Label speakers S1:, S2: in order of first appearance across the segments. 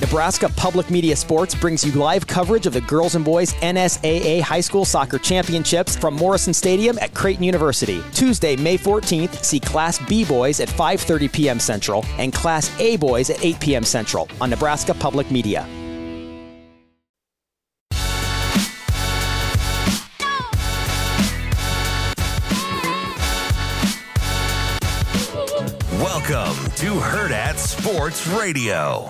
S1: Nebraska Public Media Sports brings you live coverage of the girls and boys NSAA High School Soccer Championships from Morrison Stadium at Creighton University. Tuesday, May 14th, see Class B boys at 5:30 p.m. Central and Class A boys at 8 p.m. Central on Nebraska Public Media.
S2: Welcome to Herd at Sports Radio.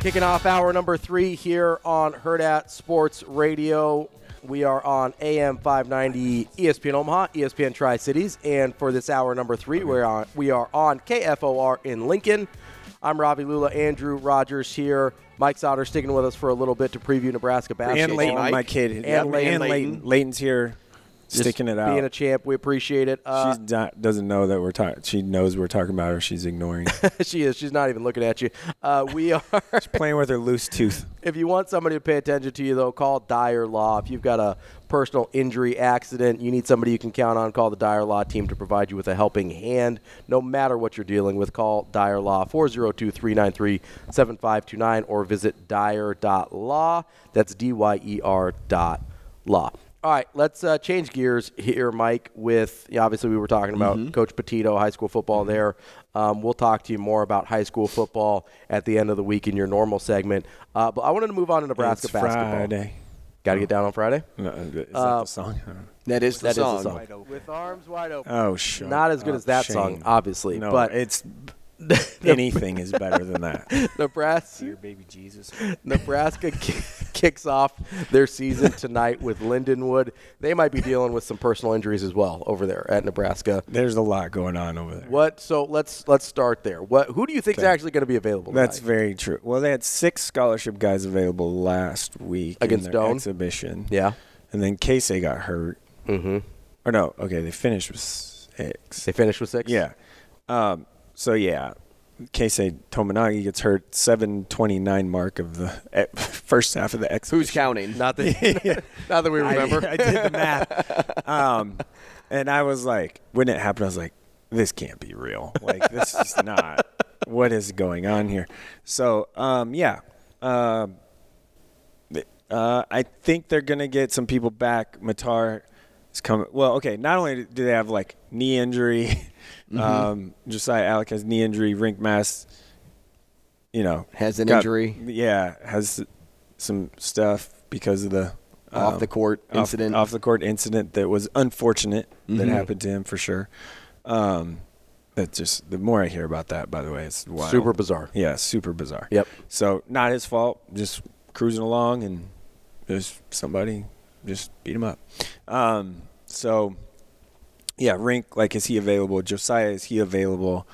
S3: Kicking off hour number three here on Herd at Sports Radio. We are on AM 590 ESPN Omaha, E ESPN Tri Cities, and for this hour number three, we're on we are on KFOR in Lincoln. I'm Robbie Lula, Andrew Rogers here. Mike Sauter sticking with us for a little bit to preview Nebraska basketball.
S4: and Leighton,
S3: Mike,
S4: Oh, my kid,
S3: and
S4: Yep,
S3: Leighton.
S4: and Leighton. Leighton's here, sticking it out.
S3: being a champ, we appreciate it. Uh,
S4: she doesn't know that we're talking. She knows we're talking about her. She's ignoring,
S3: she is. She's not even looking at you. Uh, we are.
S4: playing with her loose tooth.
S3: If you want somebody to pay attention to you, though, call Dyer Law. If you've got a personal injury accident, you need somebody you can count on, call the Dyer Law team to provide you with a helping hand. No matter what you're dealing with, call Dyer Law 402 393 7529 or visit dyer.law. That's D Y E R dot law. All right, let's uh, change gears here, Mike. With yeah, obviously, we were talking about
S4: Mm-hmm.
S3: Coach Petito, high school football there. Um, we'll talk to you more about high school football at the end of the week in your normal segment. Uh, but I wanted to move on to Nebraska
S4: it's
S3: basketball. Uh,
S4: Friday.
S3: Got to get down on Friday.
S4: No, is that the song? I don't know.
S5: That is the
S3: That is
S5: song.
S3: the song. With arms wide open.
S4: Oh, shut
S3: Not as good
S4: up,
S3: as that
S4: Shane.
S3: song, obviously.
S4: No,
S3: but
S4: it's anything is better than that.
S3: Nebraska.
S5: baby Jesus.
S3: Nebraska ki- kicks off their season tonight with Lindenwood. They might be dealing with some personal injuries as well over there at Nebraska.
S4: There's a lot going on over there.
S3: What? So let's let's start there. What? Who do you think is
S4: Okay.
S3: actually going to be available?
S4: That's
S3: tonight?
S4: very true. Well, they had six scholarship guys available last week
S3: Against
S4: in their
S3: Doan?
S4: exhibition.
S3: Yeah.
S4: and then Casey got hurt. Mm-hmm. Or no, okay, they finished with six.
S3: they finished with six.
S4: Yeah. Um, so yeah, Casey Tominagi gets hurt. Seven twenty nine mark of the eh, first half of the X.
S5: Who's counting?
S3: Not that not that we remember.
S4: I, I did the math. Um, and I was like, when it happened, I was like, this can't be real. Like, this is not. What is going on here? So, um, yeah. Um, uh, I think they're going to get some people back. Matar is coming. Well, okay. Not only do they have like knee injury, um, Josiah Alec has knee injury, Rink Mass, you know,
S5: Has an
S4: got-
S5: injury.
S4: Yeah. Has some stuff because of the
S5: Off the court
S4: Um, off-
S5: incident. Mm-hmm.
S4: off, the court incident that was unfortunate that happened to him for sure. Um, that just the more I hear about that, by the way, it's wild.
S3: Super bizarre.
S4: Yeah, super bizarre.
S3: Yep.
S4: So not his fault. Just cruising along, and there's somebody just beat him up. Um, so yeah, Rink, like, is he available? Josiah, is he available?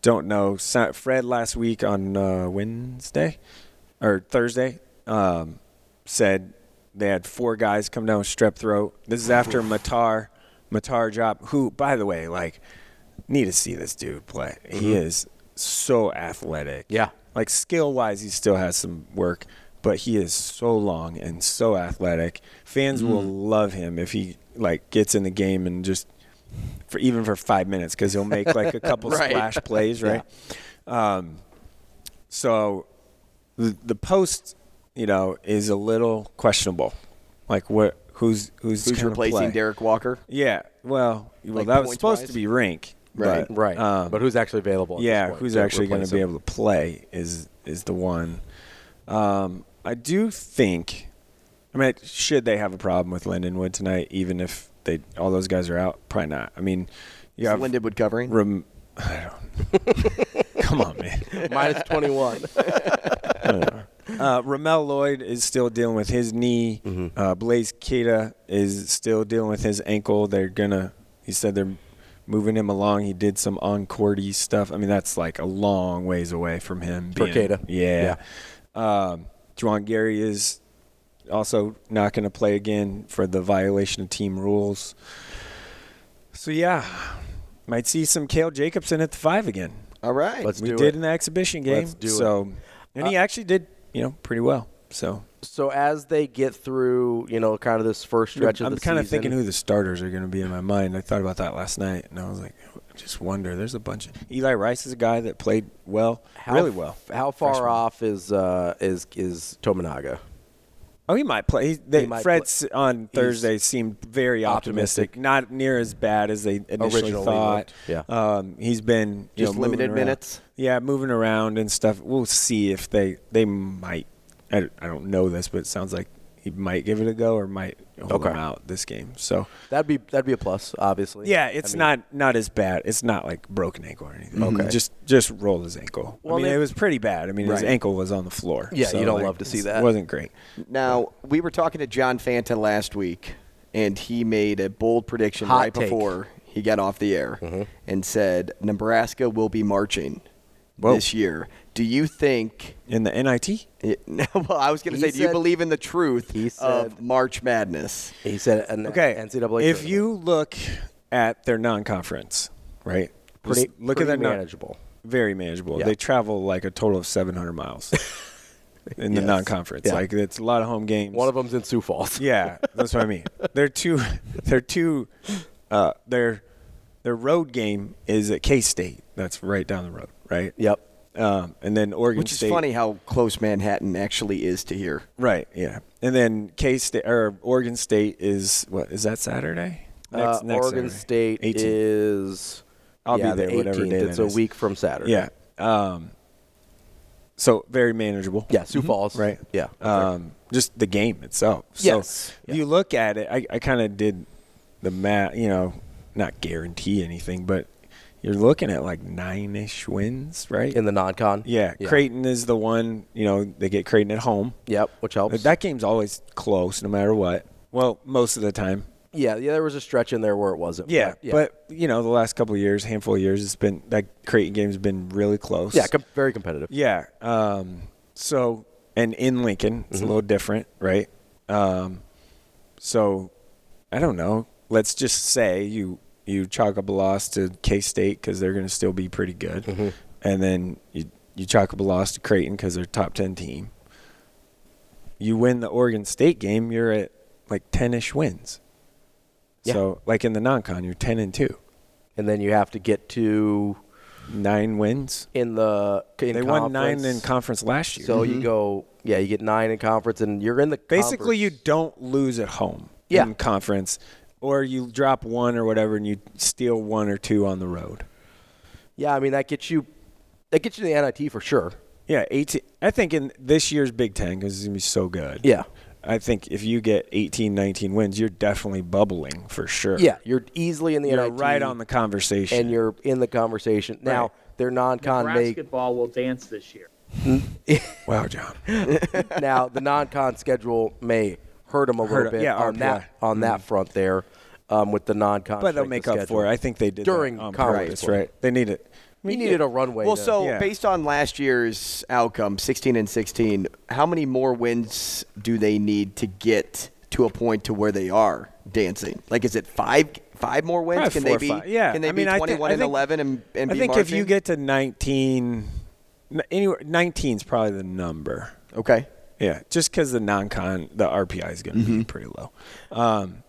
S4: Don't know. Sa- Fred last week on uh, Wednesday or Thursday um, said they had four guys come down with strep throat. This is after Matar, Matar Job, who, by the way, like, need to see this dude play. He is so athletic.
S3: Yeah.
S4: Like, skill wise, he still has some work, but he is so long and so athletic. Fans will love him if he, like, gets in the game and just for even for five minutes because he'll make like a couple
S5: Right.
S4: splash plays, right? Um, so the, the post, you know, is a little questionable. Like what? Who's who's
S5: Who's
S4: gonna
S5: replacing
S4: play?
S5: Derek Walker?
S4: Yeah. Well, well,
S5: Like,
S4: that was supposed
S5: points-wise?
S4: to be Rink,
S5: Right,
S4: but,
S3: Right.
S4: um,
S3: but who's actually available? at
S4: yeah,
S3: this point
S4: who's
S3: to
S4: actually going
S3: replace
S4: to be
S3: him?
S4: able to play is is the one. Um, I do think. I mean, should they have a problem with Lindenwood tonight? Even if they all those guys are out, probably not. I mean, you
S5: Is
S4: have
S5: Lindenwood covering?
S4: Rem- I don't. Come on, man.
S3: minus twenty one?
S4: Uh, Ramel Lloyd is still dealing with his knee.
S3: Mm-hmm.
S4: Uh, Blaze Kita is still dealing with his ankle. They're gonna. He said they're moving him along. He did some Encordy stuff. I mean, that's like a long ways away from him.
S3: For Keita.
S4: Yeah. Um, Juwan Gary is also not going to play again for the violation of team rules. So yeah, might see some Kale Jacobson at the five again
S5: All right.
S3: Let's
S4: we
S3: do
S4: did
S3: it.
S4: in the exhibition game.
S3: Let's do it.
S4: Uh, so, and he actually did, you know, pretty well. So
S3: So as they get through, you know, kind of this first stretch
S4: I'm
S3: of the
S4: kind of
S3: season-
S4: thinking who the starters are going to be in my mind. I thought about that last night, and I was like, "Oh, I just wonder. There's a bunch of Eli Rice is a guy that played well,
S3: how,
S4: really well.
S3: How far
S4: Freshman.
S3: off is uh, is is Tominaga?
S4: Oh, he might play. He, they,
S3: might
S4: Fred's on Thursday seemed very optimistic.
S3: Optimistic.
S4: not near as bad as they initially
S3: Originally
S4: thought.
S3: looked, yeah.
S4: um, he's been you
S3: Just
S4: know, moving
S3: limited
S4: around.
S3: minutes?
S4: Yeah, moving around and stuff. We'll see if they they might. I, don't- I don't know this, but it sounds like he might give it a go or might hold
S3: Okay.
S4: him out this game. So
S3: That'd be that'd be a plus, obviously.
S4: yeah,
S3: I
S4: it's
S3: mean,
S4: not not as bad. It's not like broken ankle or anything.
S3: Okay.
S4: just just rolled his ankle.
S3: Well,
S4: I mean,
S3: they-
S4: it was pretty bad. I mean, his
S3: Right.
S4: ankle was on the floor.
S3: Yeah,
S4: So,
S3: you don't
S4: like,
S3: love to see
S4: it
S3: that.
S4: Wasn't great.
S5: Now, we were talking to John Fanta last week, and he made a bold prediction
S3: Hot
S5: right
S3: take. Mm-hmm.
S5: before he got off the air and said Nebraska will be marching
S4: Whoa.
S5: this year. Do you think?
S4: In the NIT.
S5: it- well, I was going to
S3: He
S5: say, do you
S3: said-
S5: believe in the truth
S3: He
S5: of
S3: said-
S5: March Madness?
S3: He said an
S4: Okay.
S3: NCAA. tournament.
S4: If you look at their non-conference, right?
S3: pretty,
S4: Just look
S3: pretty
S4: at their non-
S3: manageable.
S4: very manageable.
S3: Yeah.
S4: They travel like a total of 700 miles in the
S5: Yes.
S4: non-conference.
S3: Yeah.
S4: Like it's a lot of home games.
S3: One of them's in Sioux Falls.
S4: Yeah, that's what I mean. They're two. They're two. Uh, their their road game is at K State. That's right down the road, right?
S3: Yep.
S4: Um, and then Oregon
S5: Which
S4: State.
S5: is funny how close Manhattan actually is to here.
S4: right? Yeah. And then K State or Oregon State is what is that Saturday?
S3: Uh, Oregon
S4: Saturday.
S3: State
S4: 18.
S3: is.
S4: I'll
S3: yeah,
S4: be there
S3: the 18th.
S4: whatever day
S3: It's
S4: that
S3: a
S4: is.
S3: week from Saturday.
S4: Yeah. Um, so very manageable.
S3: Yeah, Sioux Falls.
S4: Mm-hmm. Right.
S3: Yeah.
S4: Um, just the game itself. So
S3: Yes.
S4: if you look at it, I, I kind of did the math, you know, not guarantee anything, but you're looking at like nine ish wins, right?
S3: in the non-con.
S4: yeah, Creighton is the one, you know, they get Creighton at home.
S3: Yep, which helps.
S4: That game's always close no matter what. Well, most of the time.
S3: yeah, yeah, there was a stretch in there where it wasn't.
S4: Yeah,
S3: yeah.
S4: but you know, the last couple of years, handful of years, it's been that Creighton game's been really close.
S3: yeah, com- very competitive.
S4: Yeah. Um, so, and in Lincoln,
S3: Mm-hmm.
S4: it's a little different, right? Um, so, I don't know. Let's just say you you chalk up a loss to K State because they're going to still be pretty good,
S3: Mm-hmm.
S4: and then you you chalk up a loss to Creighton because they're a top ten team. You win the Oregon State game, you're at like ten ish wins.
S3: Yeah.
S4: So, like in the non-con, you're ten and two,
S3: And then you have to get to
S4: nine wins.
S3: in the in
S4: they
S3: conference.
S4: won nine in conference last year.
S3: So you go, yeah, you get nine in conference, and you're in the
S4: Basically, you
S3: conference.
S4: don't lose at home
S3: Yeah.
S4: in conference, or you drop one or whatever, and you steal one or two on the road.
S3: Yeah, I mean that gets you, that gets you to the NIT for sure.
S4: Yeah, eighteen. I think in this year's Big Ten because it's gonna be so good.
S3: Yeah.
S4: I think if you get 18, 19 wins, you're definitely bubbling for sure.
S3: Yeah, you're easily in the
S4: you're
S3: NIT.
S4: right on the conversation.
S3: and you're in the conversation now.
S4: Right.
S3: Their non-con may
S6: basketball will dance this year.
S4: wow, John.
S3: now the non-con schedule may hurt them a little
S4: Hurt 'em,
S3: bit
S4: yeah,
S3: on
S4: RPI.
S3: that on that front there um, with the non-con.
S4: But they'll
S3: strength of
S4: make up
S3: schedule.
S4: for it. I think they did
S3: During
S4: that on
S3: conference
S4: purpose,
S3: play.
S4: right? They need it. I
S3: You
S4: mean,
S3: needed a runway.
S5: Well,
S3: to-
S5: so
S4: Yeah.
S5: based on last year's outcome, 16 and 16, how many more wins do they need to get to a point to where they are dancing? Like, is it five five more wins?
S4: Probably
S5: can
S4: four
S5: they
S4: or
S5: be?
S4: five. Yeah,
S5: Can they
S4: I mean,
S5: be
S4: I
S5: 21
S4: thi- I
S5: and
S4: think-
S5: 11 and, and
S4: I
S5: be
S4: think if you
S5: marching?
S4: get to 19, n- anywhere 19 is probably the number.
S5: okay,
S4: Yeah, just because the non-con, the RPI is going to
S5: Mm-hmm.
S4: be pretty low. Um,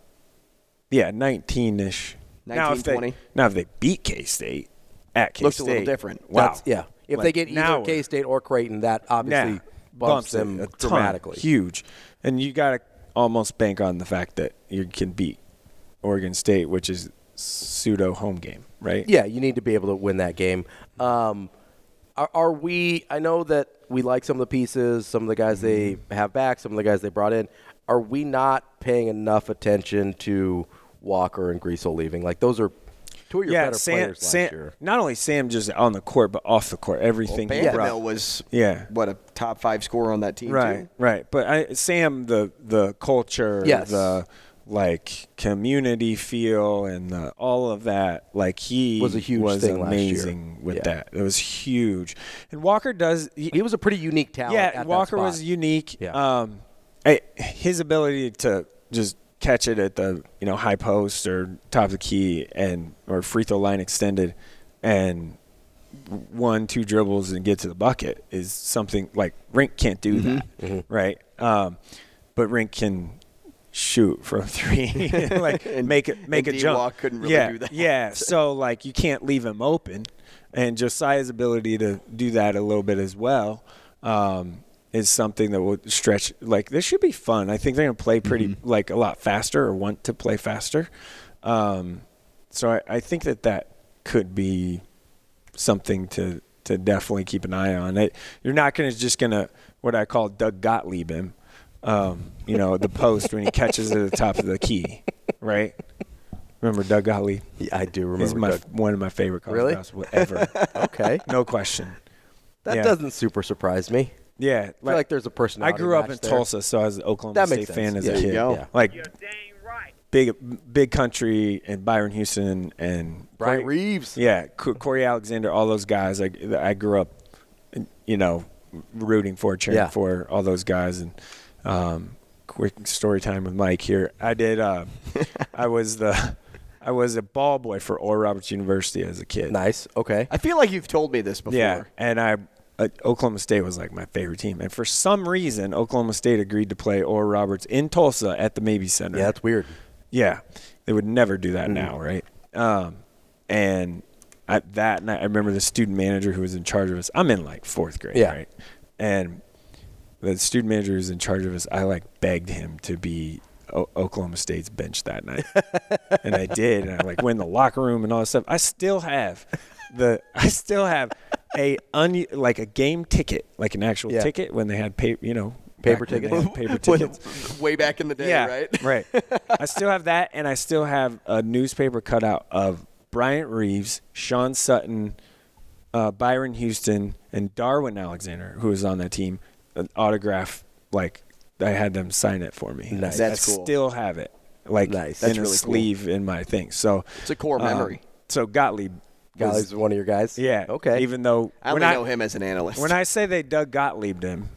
S4: yeah, nineteen-ish. now if
S5: 19,
S4: they
S5: 20.
S4: now if they beat K State at K
S5: Looks
S4: State,
S5: a little different.
S4: Wow,
S3: That's, yeah. If
S4: Like,
S3: they get either
S4: now
S3: K State or Creighton, that
S4: now
S3: obviously bumps, them
S4: a ton,
S3: dramatically.
S4: huge, and you got to almost bank on the fact that you can beat Oregon State, which is pseudo home game, right?
S3: Yeah, you need to be able to win that game. Um, are, are we? I know that we like some of the pieces, some of the guys
S4: Mm-hmm.
S3: they have back, some of the guys they brought in. Are we not paying enough attention to Walker and Greasel leaving? Like those are two of your better players last
S4: Sam,
S3: year.
S4: Not only Sam just on the court, but off the court, everything. he brought.
S5: Vanderbilt was
S4: Yeah.
S5: what a top five scorer on that team.
S4: right
S5: too?
S4: right but I, sam the the culture
S3: Yes.
S4: the like community feel and the, all of that like he
S3: Was a huge
S4: was
S3: thing last year.
S4: amazing with
S3: Yeah.
S4: that it was huge and walker does he,
S3: He was a pretty unique talent.
S4: yeah
S3: at that
S4: walker
S3: spot.
S4: was unique
S3: Yeah.
S4: um I, his ability to just catch it at the you know high post or top of the key and or free throw line extended and one, two dribbles and get to the bucket is something like Rink can't do
S5: Mm-hmm.
S4: that, right? Um, but Rink can shoot from three, like make it make
S5: and
S4: a jump.
S5: D-Walk couldn't really
S4: yeah,
S5: do that.
S4: Yeah, so like you can't leave him open, and Josiah's ability to do that a little bit as well um, is something that will stretch. Like this should be fun. I think they're gonna play pretty
S5: Mm-hmm.
S4: like a lot faster or want to play faster. Um, so I, I think that that could be something to to definitely keep an eye on. It, you're not gonna just gonna what I call Doug Gottlieb him. Um, you know the post when he catches it at the top of the key, right? Remember Doug Gottlieb?
S3: Yeah, I do
S4: He's
S3: remember.
S4: my
S3: Doug.
S4: one of my favorite college
S3: Really?
S4: basketball ever.
S3: Okay,
S4: no question.
S3: that
S4: Yeah.
S3: doesn't super surprise me.
S4: Yeah,
S3: I feel like there's a
S4: I
S3: personality.
S4: grew up
S3: match
S4: in
S3: there.
S4: Tulsa, so I was an Oklahoma
S3: That
S4: State
S3: makes
S4: fan
S3: sense. Yeah,
S4: as a
S3: you
S4: kid.
S5: go.
S4: Yeah. Like big, big country and Byron Houston and
S3: Brian
S4: Corey-
S3: Reeves.
S4: Yeah, Co- Corey Alexander, all those guys. Like I grew up, you know, rooting for, cheering
S3: Yeah.
S4: for all those guys. And um, quick story time with Mike here. I did. Uh, I was the, I was a ball boy for Oral Roberts University as a kid.
S3: Nice. Okay.
S5: I feel like you've told me this before.
S4: Yeah, and I uh, Oklahoma State was like my favorite team, and for some reason Oklahoma State agreed to play Oral Roberts in Tulsa at the Maybe Center.
S3: Yeah, that's weird. Hmm.
S4: Yeah, they would never do that now, right? Um, and I, that night, I remember the student manager who was in charge of us. I'm in like fourth grade,
S3: Yeah.
S4: right? And the student manager who's in charge of us, I like begged him to be o- Oklahoma State's bench that night, and I did. And I like went in the locker room and all this stuff. I still have the I still have a un, like a game ticket, like an actual
S3: Yeah.
S4: ticket when they had paper, you know.
S3: Paper
S4: back when they
S3: tickets.
S4: had Paper
S5: When-
S4: tickets
S5: way back in the day, right?
S4: right. I still have that, and I still have a newspaper cutout of Bryant Reeves, Sean Sutton, uh, Byron Houston, and Darwin Alexander, who was on that team. An autograph, like I had them sign it for me.
S3: Nice.
S5: That's
S4: I
S5: cool.
S4: still have it, like
S3: Nice.
S4: in
S5: That's
S4: a
S5: really cool.
S4: sleeve in my thing. So
S5: It's a core
S4: um,
S5: memory.
S4: so Gottlieb, was-
S3: Golly's one of your guys.
S4: yeah.
S3: Okay.
S4: Even though
S5: I
S4: when
S5: only know him as an analyst.
S4: when I say they Doug Gottliebed him,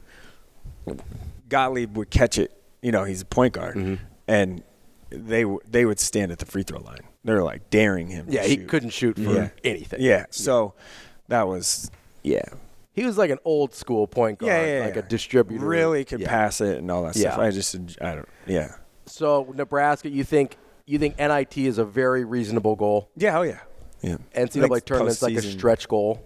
S4: Gottlieb would catch it. You know, he's a point guard,
S3: Mm-hmm.
S4: and they w- they would stand at the free throw line. They're like daring him. to
S3: yeah, he
S4: shoot.
S3: couldn't shoot for
S4: Yeah.
S3: anything.
S4: Yeah, so that was yeah.
S3: He was like an old school point guard,
S4: Yeah, yeah,
S3: like
S4: yeah.
S3: a distributor.
S4: Really could
S3: Yeah.
S4: pass it and all that stuff.
S3: Yeah.
S4: I just en- I don't yeah
S3: So Nebraska, you think you think NIT is a very reasonable goal?
S4: yeah oh yeah yeah
S3: NCAA
S4: Like
S3: tournament's like a
S4: postseason.
S3: stretch goal,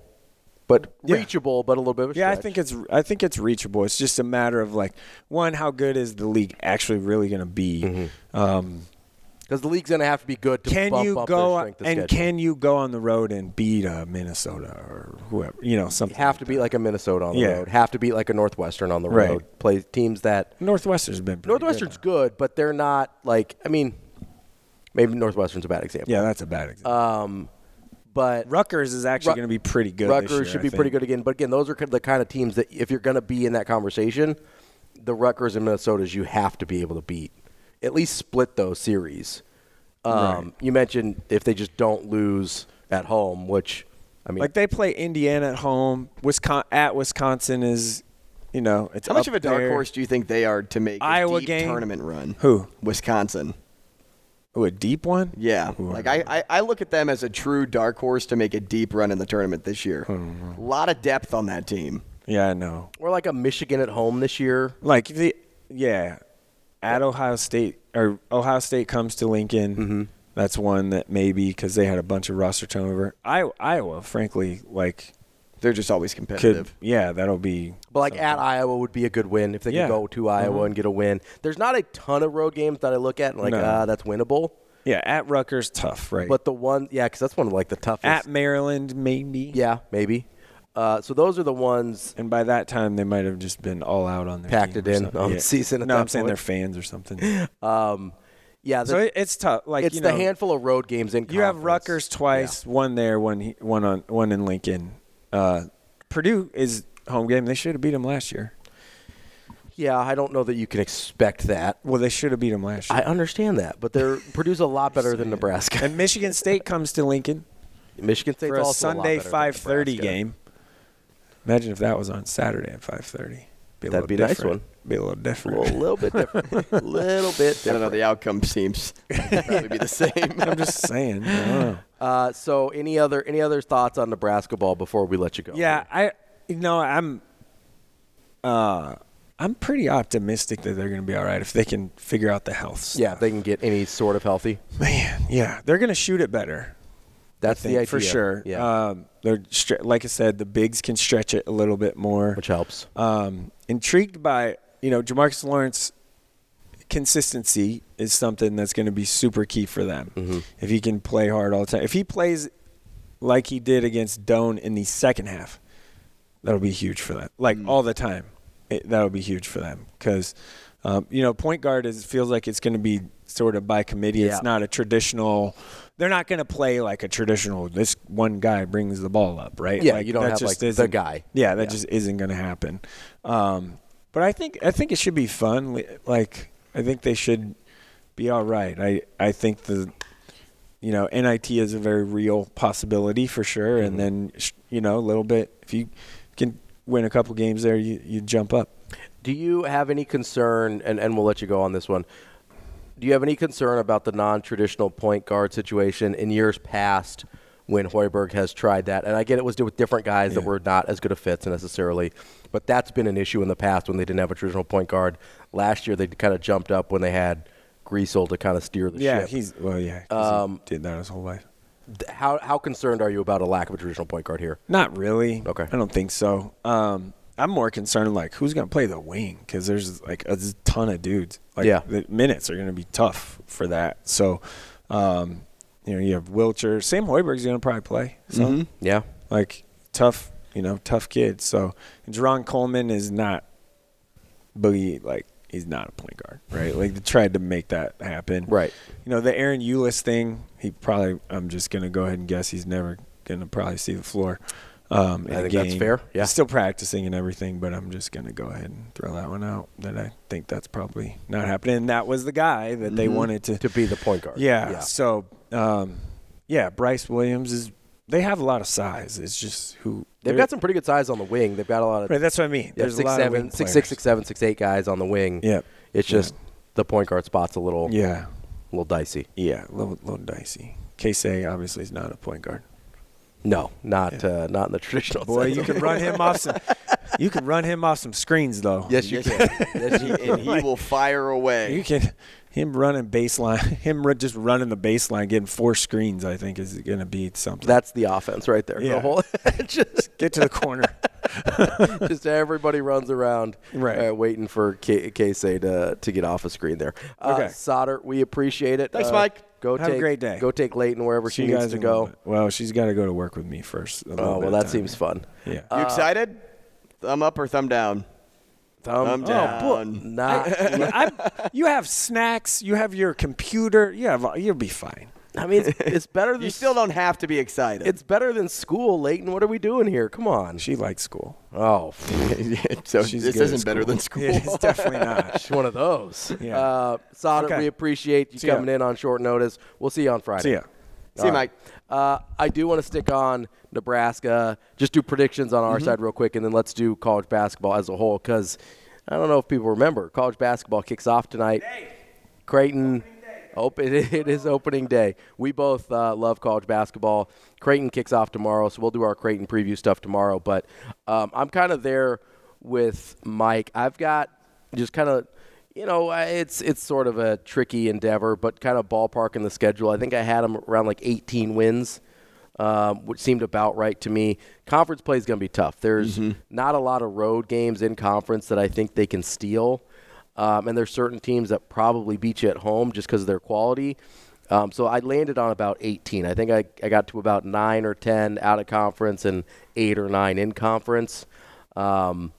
S3: but
S4: Yeah.
S3: reachable, but a little bit of a
S4: Yeah, I
S3: stretch.
S4: think it's I think it's reachable. It's just a matter of like one, how good is the league actually really going to be?
S3: Mm-hmm.
S4: Um,
S3: because the league's going to have to be good to
S4: can
S3: bump
S4: you
S3: up
S4: go
S3: their strength of
S4: and
S3: schedule.
S4: can you go on the road and beat uh, Minnesota or whoever you know something
S3: have to beat like a Minnesota on the
S4: Yeah.
S3: road, have to beat like a Northwestern on the
S4: Right.
S3: road. Play teams that
S4: Northwestern's been pretty
S3: Northwestern's good, but they're not like I mean, maybe Northwestern's a bad example.
S4: good. yeah that's a bad example.
S3: but
S4: Rutgers is actually
S3: Uh, Ru-
S4: going to be pretty good. this
S3: Rutgers
S4: year,
S3: should
S4: I
S3: be pretty
S4: think.
S3: good again. But again, those are the kind of teams that if you're going to be in that conversation, the Rutgers and Minnesotas, you have to be able to beat. At least split those series. Um, You mentioned if they just don't lose at home, which I mean,
S4: Like they play Indiana at home. Wisconsin at Wisconsin is, you know, it's
S5: How
S4: up
S5: much of a dark
S4: there.
S5: horse do you think they are to make a
S4: Iowa
S5: deep
S4: game?
S5: tournament run?
S4: Who?
S5: Wisconsin.
S4: Ooh, a deep one.
S5: Yeah.
S4: Ooh,
S5: Like I, I, I look at them as a true dark horse to make a deep run in the tournament this year. A lot of depth on that team.
S4: yeah, I know.
S3: we're like a Michigan at home this year.
S4: Like the yeah, at Ohio State or Ohio State comes to Lincoln.
S3: Mm-hmm.
S4: That's one that maybe because they had a bunch of roster turnover. I, Iowa, frankly, like
S5: They're just always
S4: could
S5: competitive.
S4: yeah, that'll be
S3: But like at Iowa would be a good win if they
S4: Yeah. Mm-hmm.
S3: could go to Iowa and get a win. There's not a ton of road games that I look at and like
S4: No.
S3: ah that's winnable.
S4: yeah at Rutgers tough right,
S3: But the one, yeah, because that's one of like the toughest.
S4: at Maryland maybe
S3: yeah, maybe. Uh, so those are the ones
S4: And by that time, they might have just been all out on their
S3: Packed
S4: team
S3: it
S4: or
S3: in
S4: something.
S3: on season at
S4: No,
S3: that
S4: I'm saying
S3: point.
S4: they're fans or something.
S3: Um, Yeah,
S4: so
S3: the-
S4: it, it's tough. Like
S3: it's
S4: you
S3: the
S4: know,
S3: handful of road games in.
S4: You have
S3: conference.
S4: Rutgers twice, one there, one he- one on one in Lincoln. Uh, Purdue is home game. They should have beat them last year.
S3: Yeah, I don't know that you can expect that.
S4: Well, they should have beat them last year.
S3: I understand that, but they're Purdue's a lot better than Nebraska.
S4: and Michigan State comes to Lincoln
S3: Michigan State's
S4: for a
S3: also a lot
S4: Sunday
S3: better than
S4: 5:30
S3: Nebraska.
S4: game. Imagine if that was on Saturday at 5:30. Be a
S3: That'd
S4: little
S3: be a nice
S4: different.
S3: one.
S4: Be a little
S3: A
S4: different.
S3: little bit different. little bit
S5: I don't know.
S3: different.
S5: The outcome seems like they'd probably be the same.
S4: I'm just saying. I don't know.
S3: Uh, so any other any other thoughts on Nebraska ball before we let you go?
S4: Yeah, I you know I'm uh I'm pretty optimistic that they're going to be all right if they can figure out the health. stuff.
S3: Yeah, if they can get any sort of healthy.
S4: man, yeah, they're going to shoot it better.
S3: That's the
S4: think,
S3: idea
S4: for sure.
S3: Yeah,
S4: Um, they're stre- like I said, the bigs can stretch it a little bit more.
S3: which helps.
S4: Um, intrigued by you know Jamarcus Lawrence consistency is something that's going to be super key for them.
S3: Mm-hmm.
S4: If he can play hard all the time, if he plays like he did against Doan in the second half, that'll be huge for them. Like
S3: Mm.
S4: all the time, it, that'll be huge for them because um, you know point guard is feels like it's going to be sort of by committee.
S3: Yeah.
S4: It's not a traditional. They're not going to play like a traditional. This one guy brings the ball up, right?
S3: Yeah, you don't
S4: that
S3: have, like,
S4: just
S3: the
S4: isn't-
S3: guy.
S4: Yeah, that just isn't going to happen. Um, but I think I think it should be fun. Li- Like I think they should be all right. I I think the you know NIT is a very real possibility for sure. And then sh- you know a little bit if you can win a couple games there, you you jump up.
S3: Do you have any concern, and, and we'll let you go on this one. Do you have any concern about the non traditional point guard situation in years past when Hoiberg has tried that? And I get it was with different guys that were not as good of fits necessarily, but that's been an issue in the past when they didn't have a traditional point guard. Last year, they kind of jumped up when they had Greasel to kind of steer the
S4: Yeah,
S3: ship.
S4: he's well, yeah, 'cause
S3: Um,
S4: he did that his whole life.
S3: how, how concerned are you about a lack of a traditional point guard here?
S4: Not really.
S3: Okay.
S4: I don't think so. Um, I'm more concerned like who's gonna play the wing because there's like a ton of dudes. Like,
S3: Yeah.
S4: The minutes are gonna be tough for that. So, um, you know, you have Wilcher. Sam Hoiberg's gonna probably play. So,
S3: Yeah.
S4: like tough, you know, tough kid. So, and Jerron Coleman is not boogie like. He's not a point guard, right? Like they tried to make that happen,
S3: Right.
S4: You know the Aaron Eulis thing. He probably. I'm just gonna go ahead and guess he's never gonna probably see the floor. Um, in
S3: I
S4: a
S3: think that's
S4: game.
S3: fair, yeah.
S4: He's still practicing and everything, but I'm just gonna go ahead and throw that one out. That I think that's probably not happening. And that was the guy that they wanted to
S3: Mm-hmm. To be the point guard.
S4: yeah. So, um, yeah, Bryce Williams is. They have a lot of size. It's just who
S3: They've
S4: they're-
S3: got some pretty good size on the wing. They've got a lot of
S4: Right, that's what I mean.
S3: Yeah,
S4: There's
S3: six,
S4: a lot of
S3: seven,
S4: wing
S3: six, six,
S4: players.
S3: six, seven, six, eight guys on the wing.
S4: Yep.
S3: It's
S4: Yeah.
S3: just the point guard spot's a little,
S4: Yeah,
S3: little dicey.
S4: yeah, a little, little dicey. Casey obviously is not a point guard.
S3: No, not uh, not in the traditional.
S4: Boy,
S3: sense.
S4: you can run him off some. You can run him off some screens though.
S3: Yes, you can.
S5: Yes, he, and he will fire away.
S4: You can him running baseline. Him ru- just running the baseline, getting four screens. I think is going to be something.
S3: That's the offense right there. The
S4: Yeah.
S3: whole just
S4: get to the corner.
S3: just everybody runs around,
S4: Right.
S3: uh, waiting for K- Casey to to get off a screen there. Uh,
S4: Okay.
S3: Sauter, we appreciate it. Uh,
S5: Thanks, Mike.
S3: Go
S4: Have a
S3: take
S4: great day.
S3: Go take Leighton wherever she,
S4: She
S3: needs
S4: guys
S3: to
S4: in a little
S3: go.
S4: bit. Well, she's got to go to work with me first. a little
S3: Oh
S4: bit
S3: well,
S4: of
S3: that
S4: time.
S3: seems fun. Uh,
S4: Yeah.
S5: You excited? Thumb up or thumb down? Thumb down.
S3: Oh, Not
S4: I'm, you have snacks. You have your computer. You have. You'll be fine.
S3: I mean, it's, it's better than
S5: You still don't have to be excited.
S3: It's better than school, Leighton. What are we doing here? Come on.
S4: She likes school.
S3: Oh,
S5: so
S4: She's
S5: this
S4: good at
S5: isn't better than school.
S4: It is definitely not.
S3: one of those.
S4: Yeah.
S3: Uh, Sada,
S4: Okay.
S3: we appreciate you
S4: See ya.
S3: coming in on short notice. We'll see you on Friday.
S4: See ya.
S5: See,
S3: All
S5: Mike.
S3: Uh, I do want to stick on Nebraska. Just do predictions on our side real quick, and then let's do college basketball as a whole. Because I don't know if people remember, college basketball kicks off tonight. Creighton. Open, it is opening day. We both uh, love college basketball. Creighton kicks off tomorrow, so we'll do our Creighton preview stuff tomorrow. But um, I'm kind of there with Mike. I've got just kind of, you know, I- it's it's sort of a tricky endeavor, but kind of ballpark in the schedule. I think I had them around like 18 wins um, which seemed about right to me. Conference play is going to be tough. There's
S5: Mm-hmm.
S3: not a lot of road games in conference that I think they can steal, um, and there's certain teams that probably beat you at home just because of their quality. Um, so I landed on about 18. I think I, I got to about nine or 10 out of conference and eight or nine in conference. Um,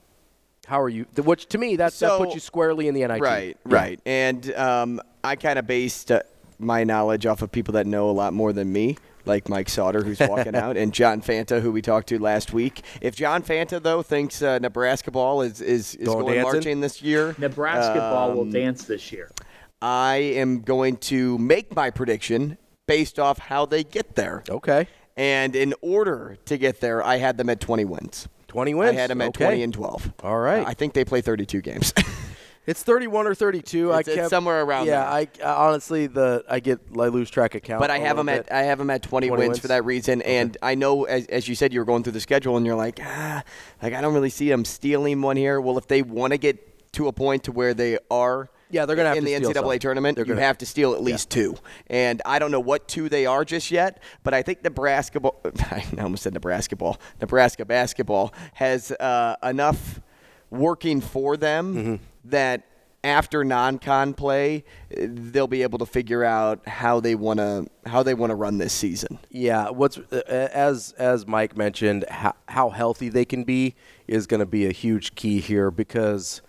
S3: how are you? th- Which to me that that
S5: So-
S3: puts you squarely in the NIT.
S5: Right,
S3: Yeah.
S5: right. And um, I kind of based uh, my knowledge off of people that know a lot more than me, like Mike Sauter, who's walking out, and John Fanta, who we talked to last week. If John Fanta, though, thinks uh, Nebraska ball is, is, is
S3: Going
S5: going,
S3: dancing?
S5: marching this year,
S6: Nebraska ball will
S5: um,
S6: dance this year.
S5: I am going to make my prediction based off how they get there.
S3: Okay.
S5: And in order to get there, I had them at 20 wins.
S3: 20 wins.
S5: I had them at
S3: Okay.
S5: 20 and 12.
S3: All right.
S5: I think they play 32 games.
S3: It's 31 or 32.
S5: It's-
S3: I
S5: it's
S3: kept,
S5: somewhere around
S3: Yeah, I, I honestly the I get I lose track of count.
S5: But I
S3: a
S5: have
S3: little
S5: them at
S3: bit.
S5: I have them at 20,
S3: 20
S5: wins,
S3: wins.
S5: for that reason. And I know, as, as you said, you were going through the schedule, and you're like, ah, like I don't really see them stealing one here. Well, if they want to get to a point to where they are,
S3: Yeah, they're gonna have
S5: in
S3: to
S5: the
S3: steal
S5: NCAA
S3: something.
S5: tournament.
S3: They're
S5: you
S3: gonna-
S5: have to steal at least two, and I don't know what two they are just yet. But I think Nebraska, ball- I almost said Nebraska ball, Nebraska basketball has uh, enough working for them
S3: Mm-hmm.
S5: that after non-con play, eh, they'll be able to figure out how they want to how they want to run this season.
S3: Yeah, what's uh, as as Mike mentioned, how, how healthy they can be is going to be a huge key here because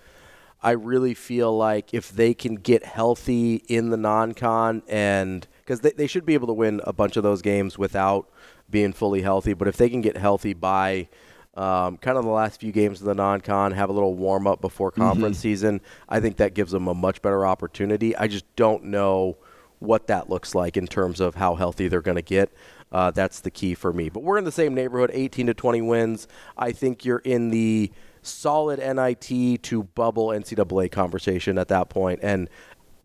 S3: I really feel like if they can get healthy in the non-con and because they, they should be able to win a bunch of those games without being fully healthy, but if they can get healthy by um, kind of the last few games of the non-con, have a little warm up before
S5: Mm-hmm.
S3: conference season, I think that gives them a much better opportunity. I just don't know what that looks like in terms of how healthy they're going to get. Uh, that's the key for me. But we're in the same neighborhood, 18 to 20 wins. I think you're in the solid NIT to bubble NCAA conversation at that point, and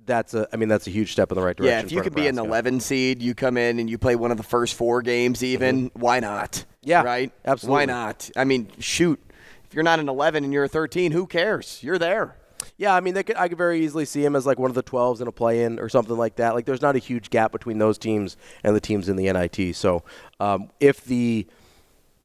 S3: that's a. I mean, that's a huge step in the right direction.
S5: Yeah, if you
S3: for
S5: could be an
S3: Nebraska.
S5: 11 seed, you come in and you play one of the first four games, even why not?
S3: Mm-hmm. Yeah,
S5: right. Why
S3: absolutely.
S5: not? I mean, shoot, if you're not an 11 and you're a 13, who cares? You're there.
S3: Yeah, I mean, they could, I could very easily see him as like one of the 12s in a play in or something like that. Like, there's not a huge gap between those teams and the teams in the NIT. So, um, if the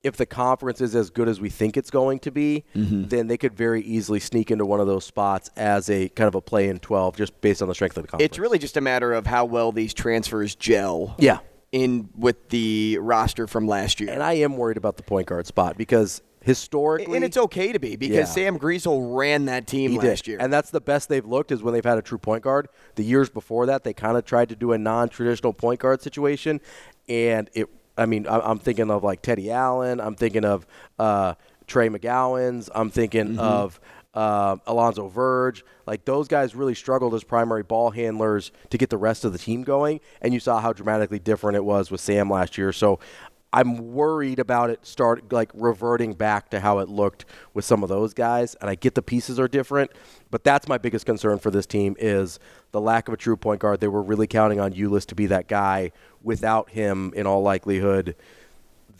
S3: if the conference is as good as we think it's going to be, then they could very easily sneak into one of those spots as a kind of a play in 12 just based on the strength of the conference.
S5: It's really just a matter of how well these transfers gel.
S3: Yeah.
S5: In with the roster from last year.
S3: And I am worried about the point guard spot because historically.
S5: and it's okay to be because
S3: Yeah.
S5: Sam Griesel ran that team
S3: He did.
S5: last year.
S3: And that's the best they've looked is when they've had a true point guard. The years before that, they kind of tried to do a non-traditional point guard situation, and it. I mean, I- I'm thinking of like Teddy Allen. I'm thinking of uh, Trey McGowan's. I'm
S5: Mm-hmm.
S3: thinking of. Uh, Alonzo Verge, like those guys really struggled as primary ball handlers to get the rest of the team going, and you saw how dramatically different it was with Sam last year. So, I'm worried about it start like reverting back to how it looked with some of those guys, and I get the pieces are different, but that's my biggest concern for this team is the lack of a true point guard. They were really counting on Ulyss to be that guy. Without him, in all likelihood,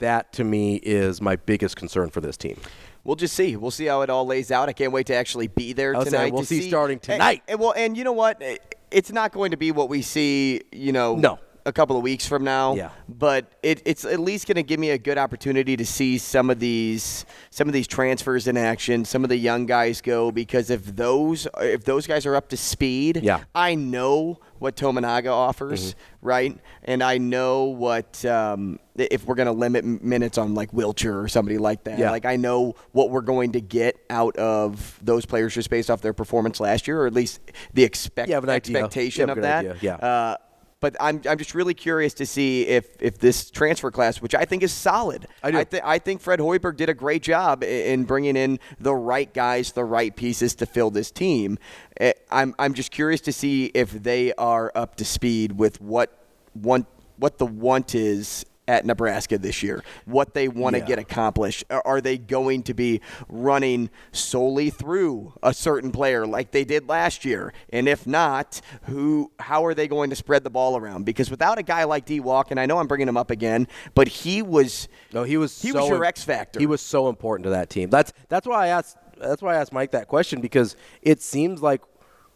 S3: that to me is my biggest concern for this team.
S5: We'll just see. We'll see how it all lays out. I can't wait to actually be there
S3: I was
S5: tonight.
S3: saying, we'll
S5: to
S3: see starting tonight.
S5: And, and well, and you know what? It- It's not going to be what we see. You know,
S3: No.
S5: a couple of weeks from now.
S3: Yeah.
S5: But it, it's at least going to give me a good opportunity to see some of these some of these transfers in action. Some of the young guys go because if those if those guys are up to speed,
S3: Yeah.
S5: I know what Tominaga offers,
S3: Mm-hmm.
S5: right? And I know what um, if we're going to limit m- minutes on like Wilcher or somebody like that.
S3: Yeah.
S5: Like I know what we're going to get out of those players just based off their performance last year, or at least the expect
S3: You have an idea.
S5: expectation
S3: You have a
S5: of
S3: good
S5: that.
S3: idea, yeah.
S5: Uh, but I'm, I'm just really curious to see if, if this transfer class, which I think is solid,
S3: I do.
S5: I, thi- I think Fred Hoiberg did a great job i- in bringing in the right guys, the right pieces to fill this team. Eh, I'm, I'm just curious to see if they are up to speed with what want, what the want is at Nebraska this year, what they want to
S3: Yeah.
S5: get accomplished. Are, are they going to be running solely through a certain player like they did last year? And if not, who? How are they going to spread the ball around? Because without a guy like D Walk, and I know I'm bringing him up again, but he was
S3: No, he was.
S5: he
S3: so
S5: was your
S3: im-
S5: X factor.
S3: He was so important to that team. That's that's why I asked. That's why I asked Mike that question because it seems like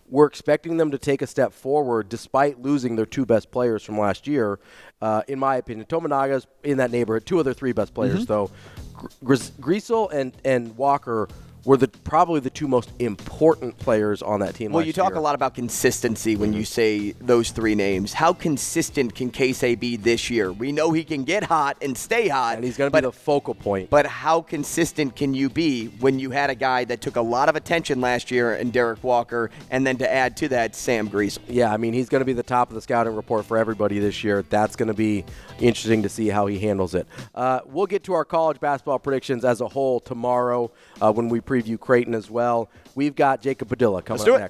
S3: we're expecting them to take a step forward despite losing their two best players from last year. Uh, in my opinion, Tominaga's in that neighborhood. Two of their three best
S5: Mm-hmm.
S3: players, though, Gr- Gris- Greasel and and Walker were the probably the two most important players on that team.
S5: Well,
S3: last
S5: you talk
S3: year. Mm-hmm.
S5: a lot about consistency when you say those three names. How consistent can Casey be this year? We know he can get hot and stay hot,
S3: and he's going to
S5: but
S3: be the focal point.
S5: But how consistent can you be when you had a guy that took a lot of attention last year and Derek Walker, and then to add to that, Sam Greasel?
S3: yeah, I mean, he's going to be the top of the scouting report for everybody this year. That's going to be interesting to see how he handles it. Uh, we'll get to our college basketball predictions as a whole tomorrow uh, when we preview Creighton as well. We've got Jacob Padilla coming
S5: do
S3: up
S5: it.
S3: next.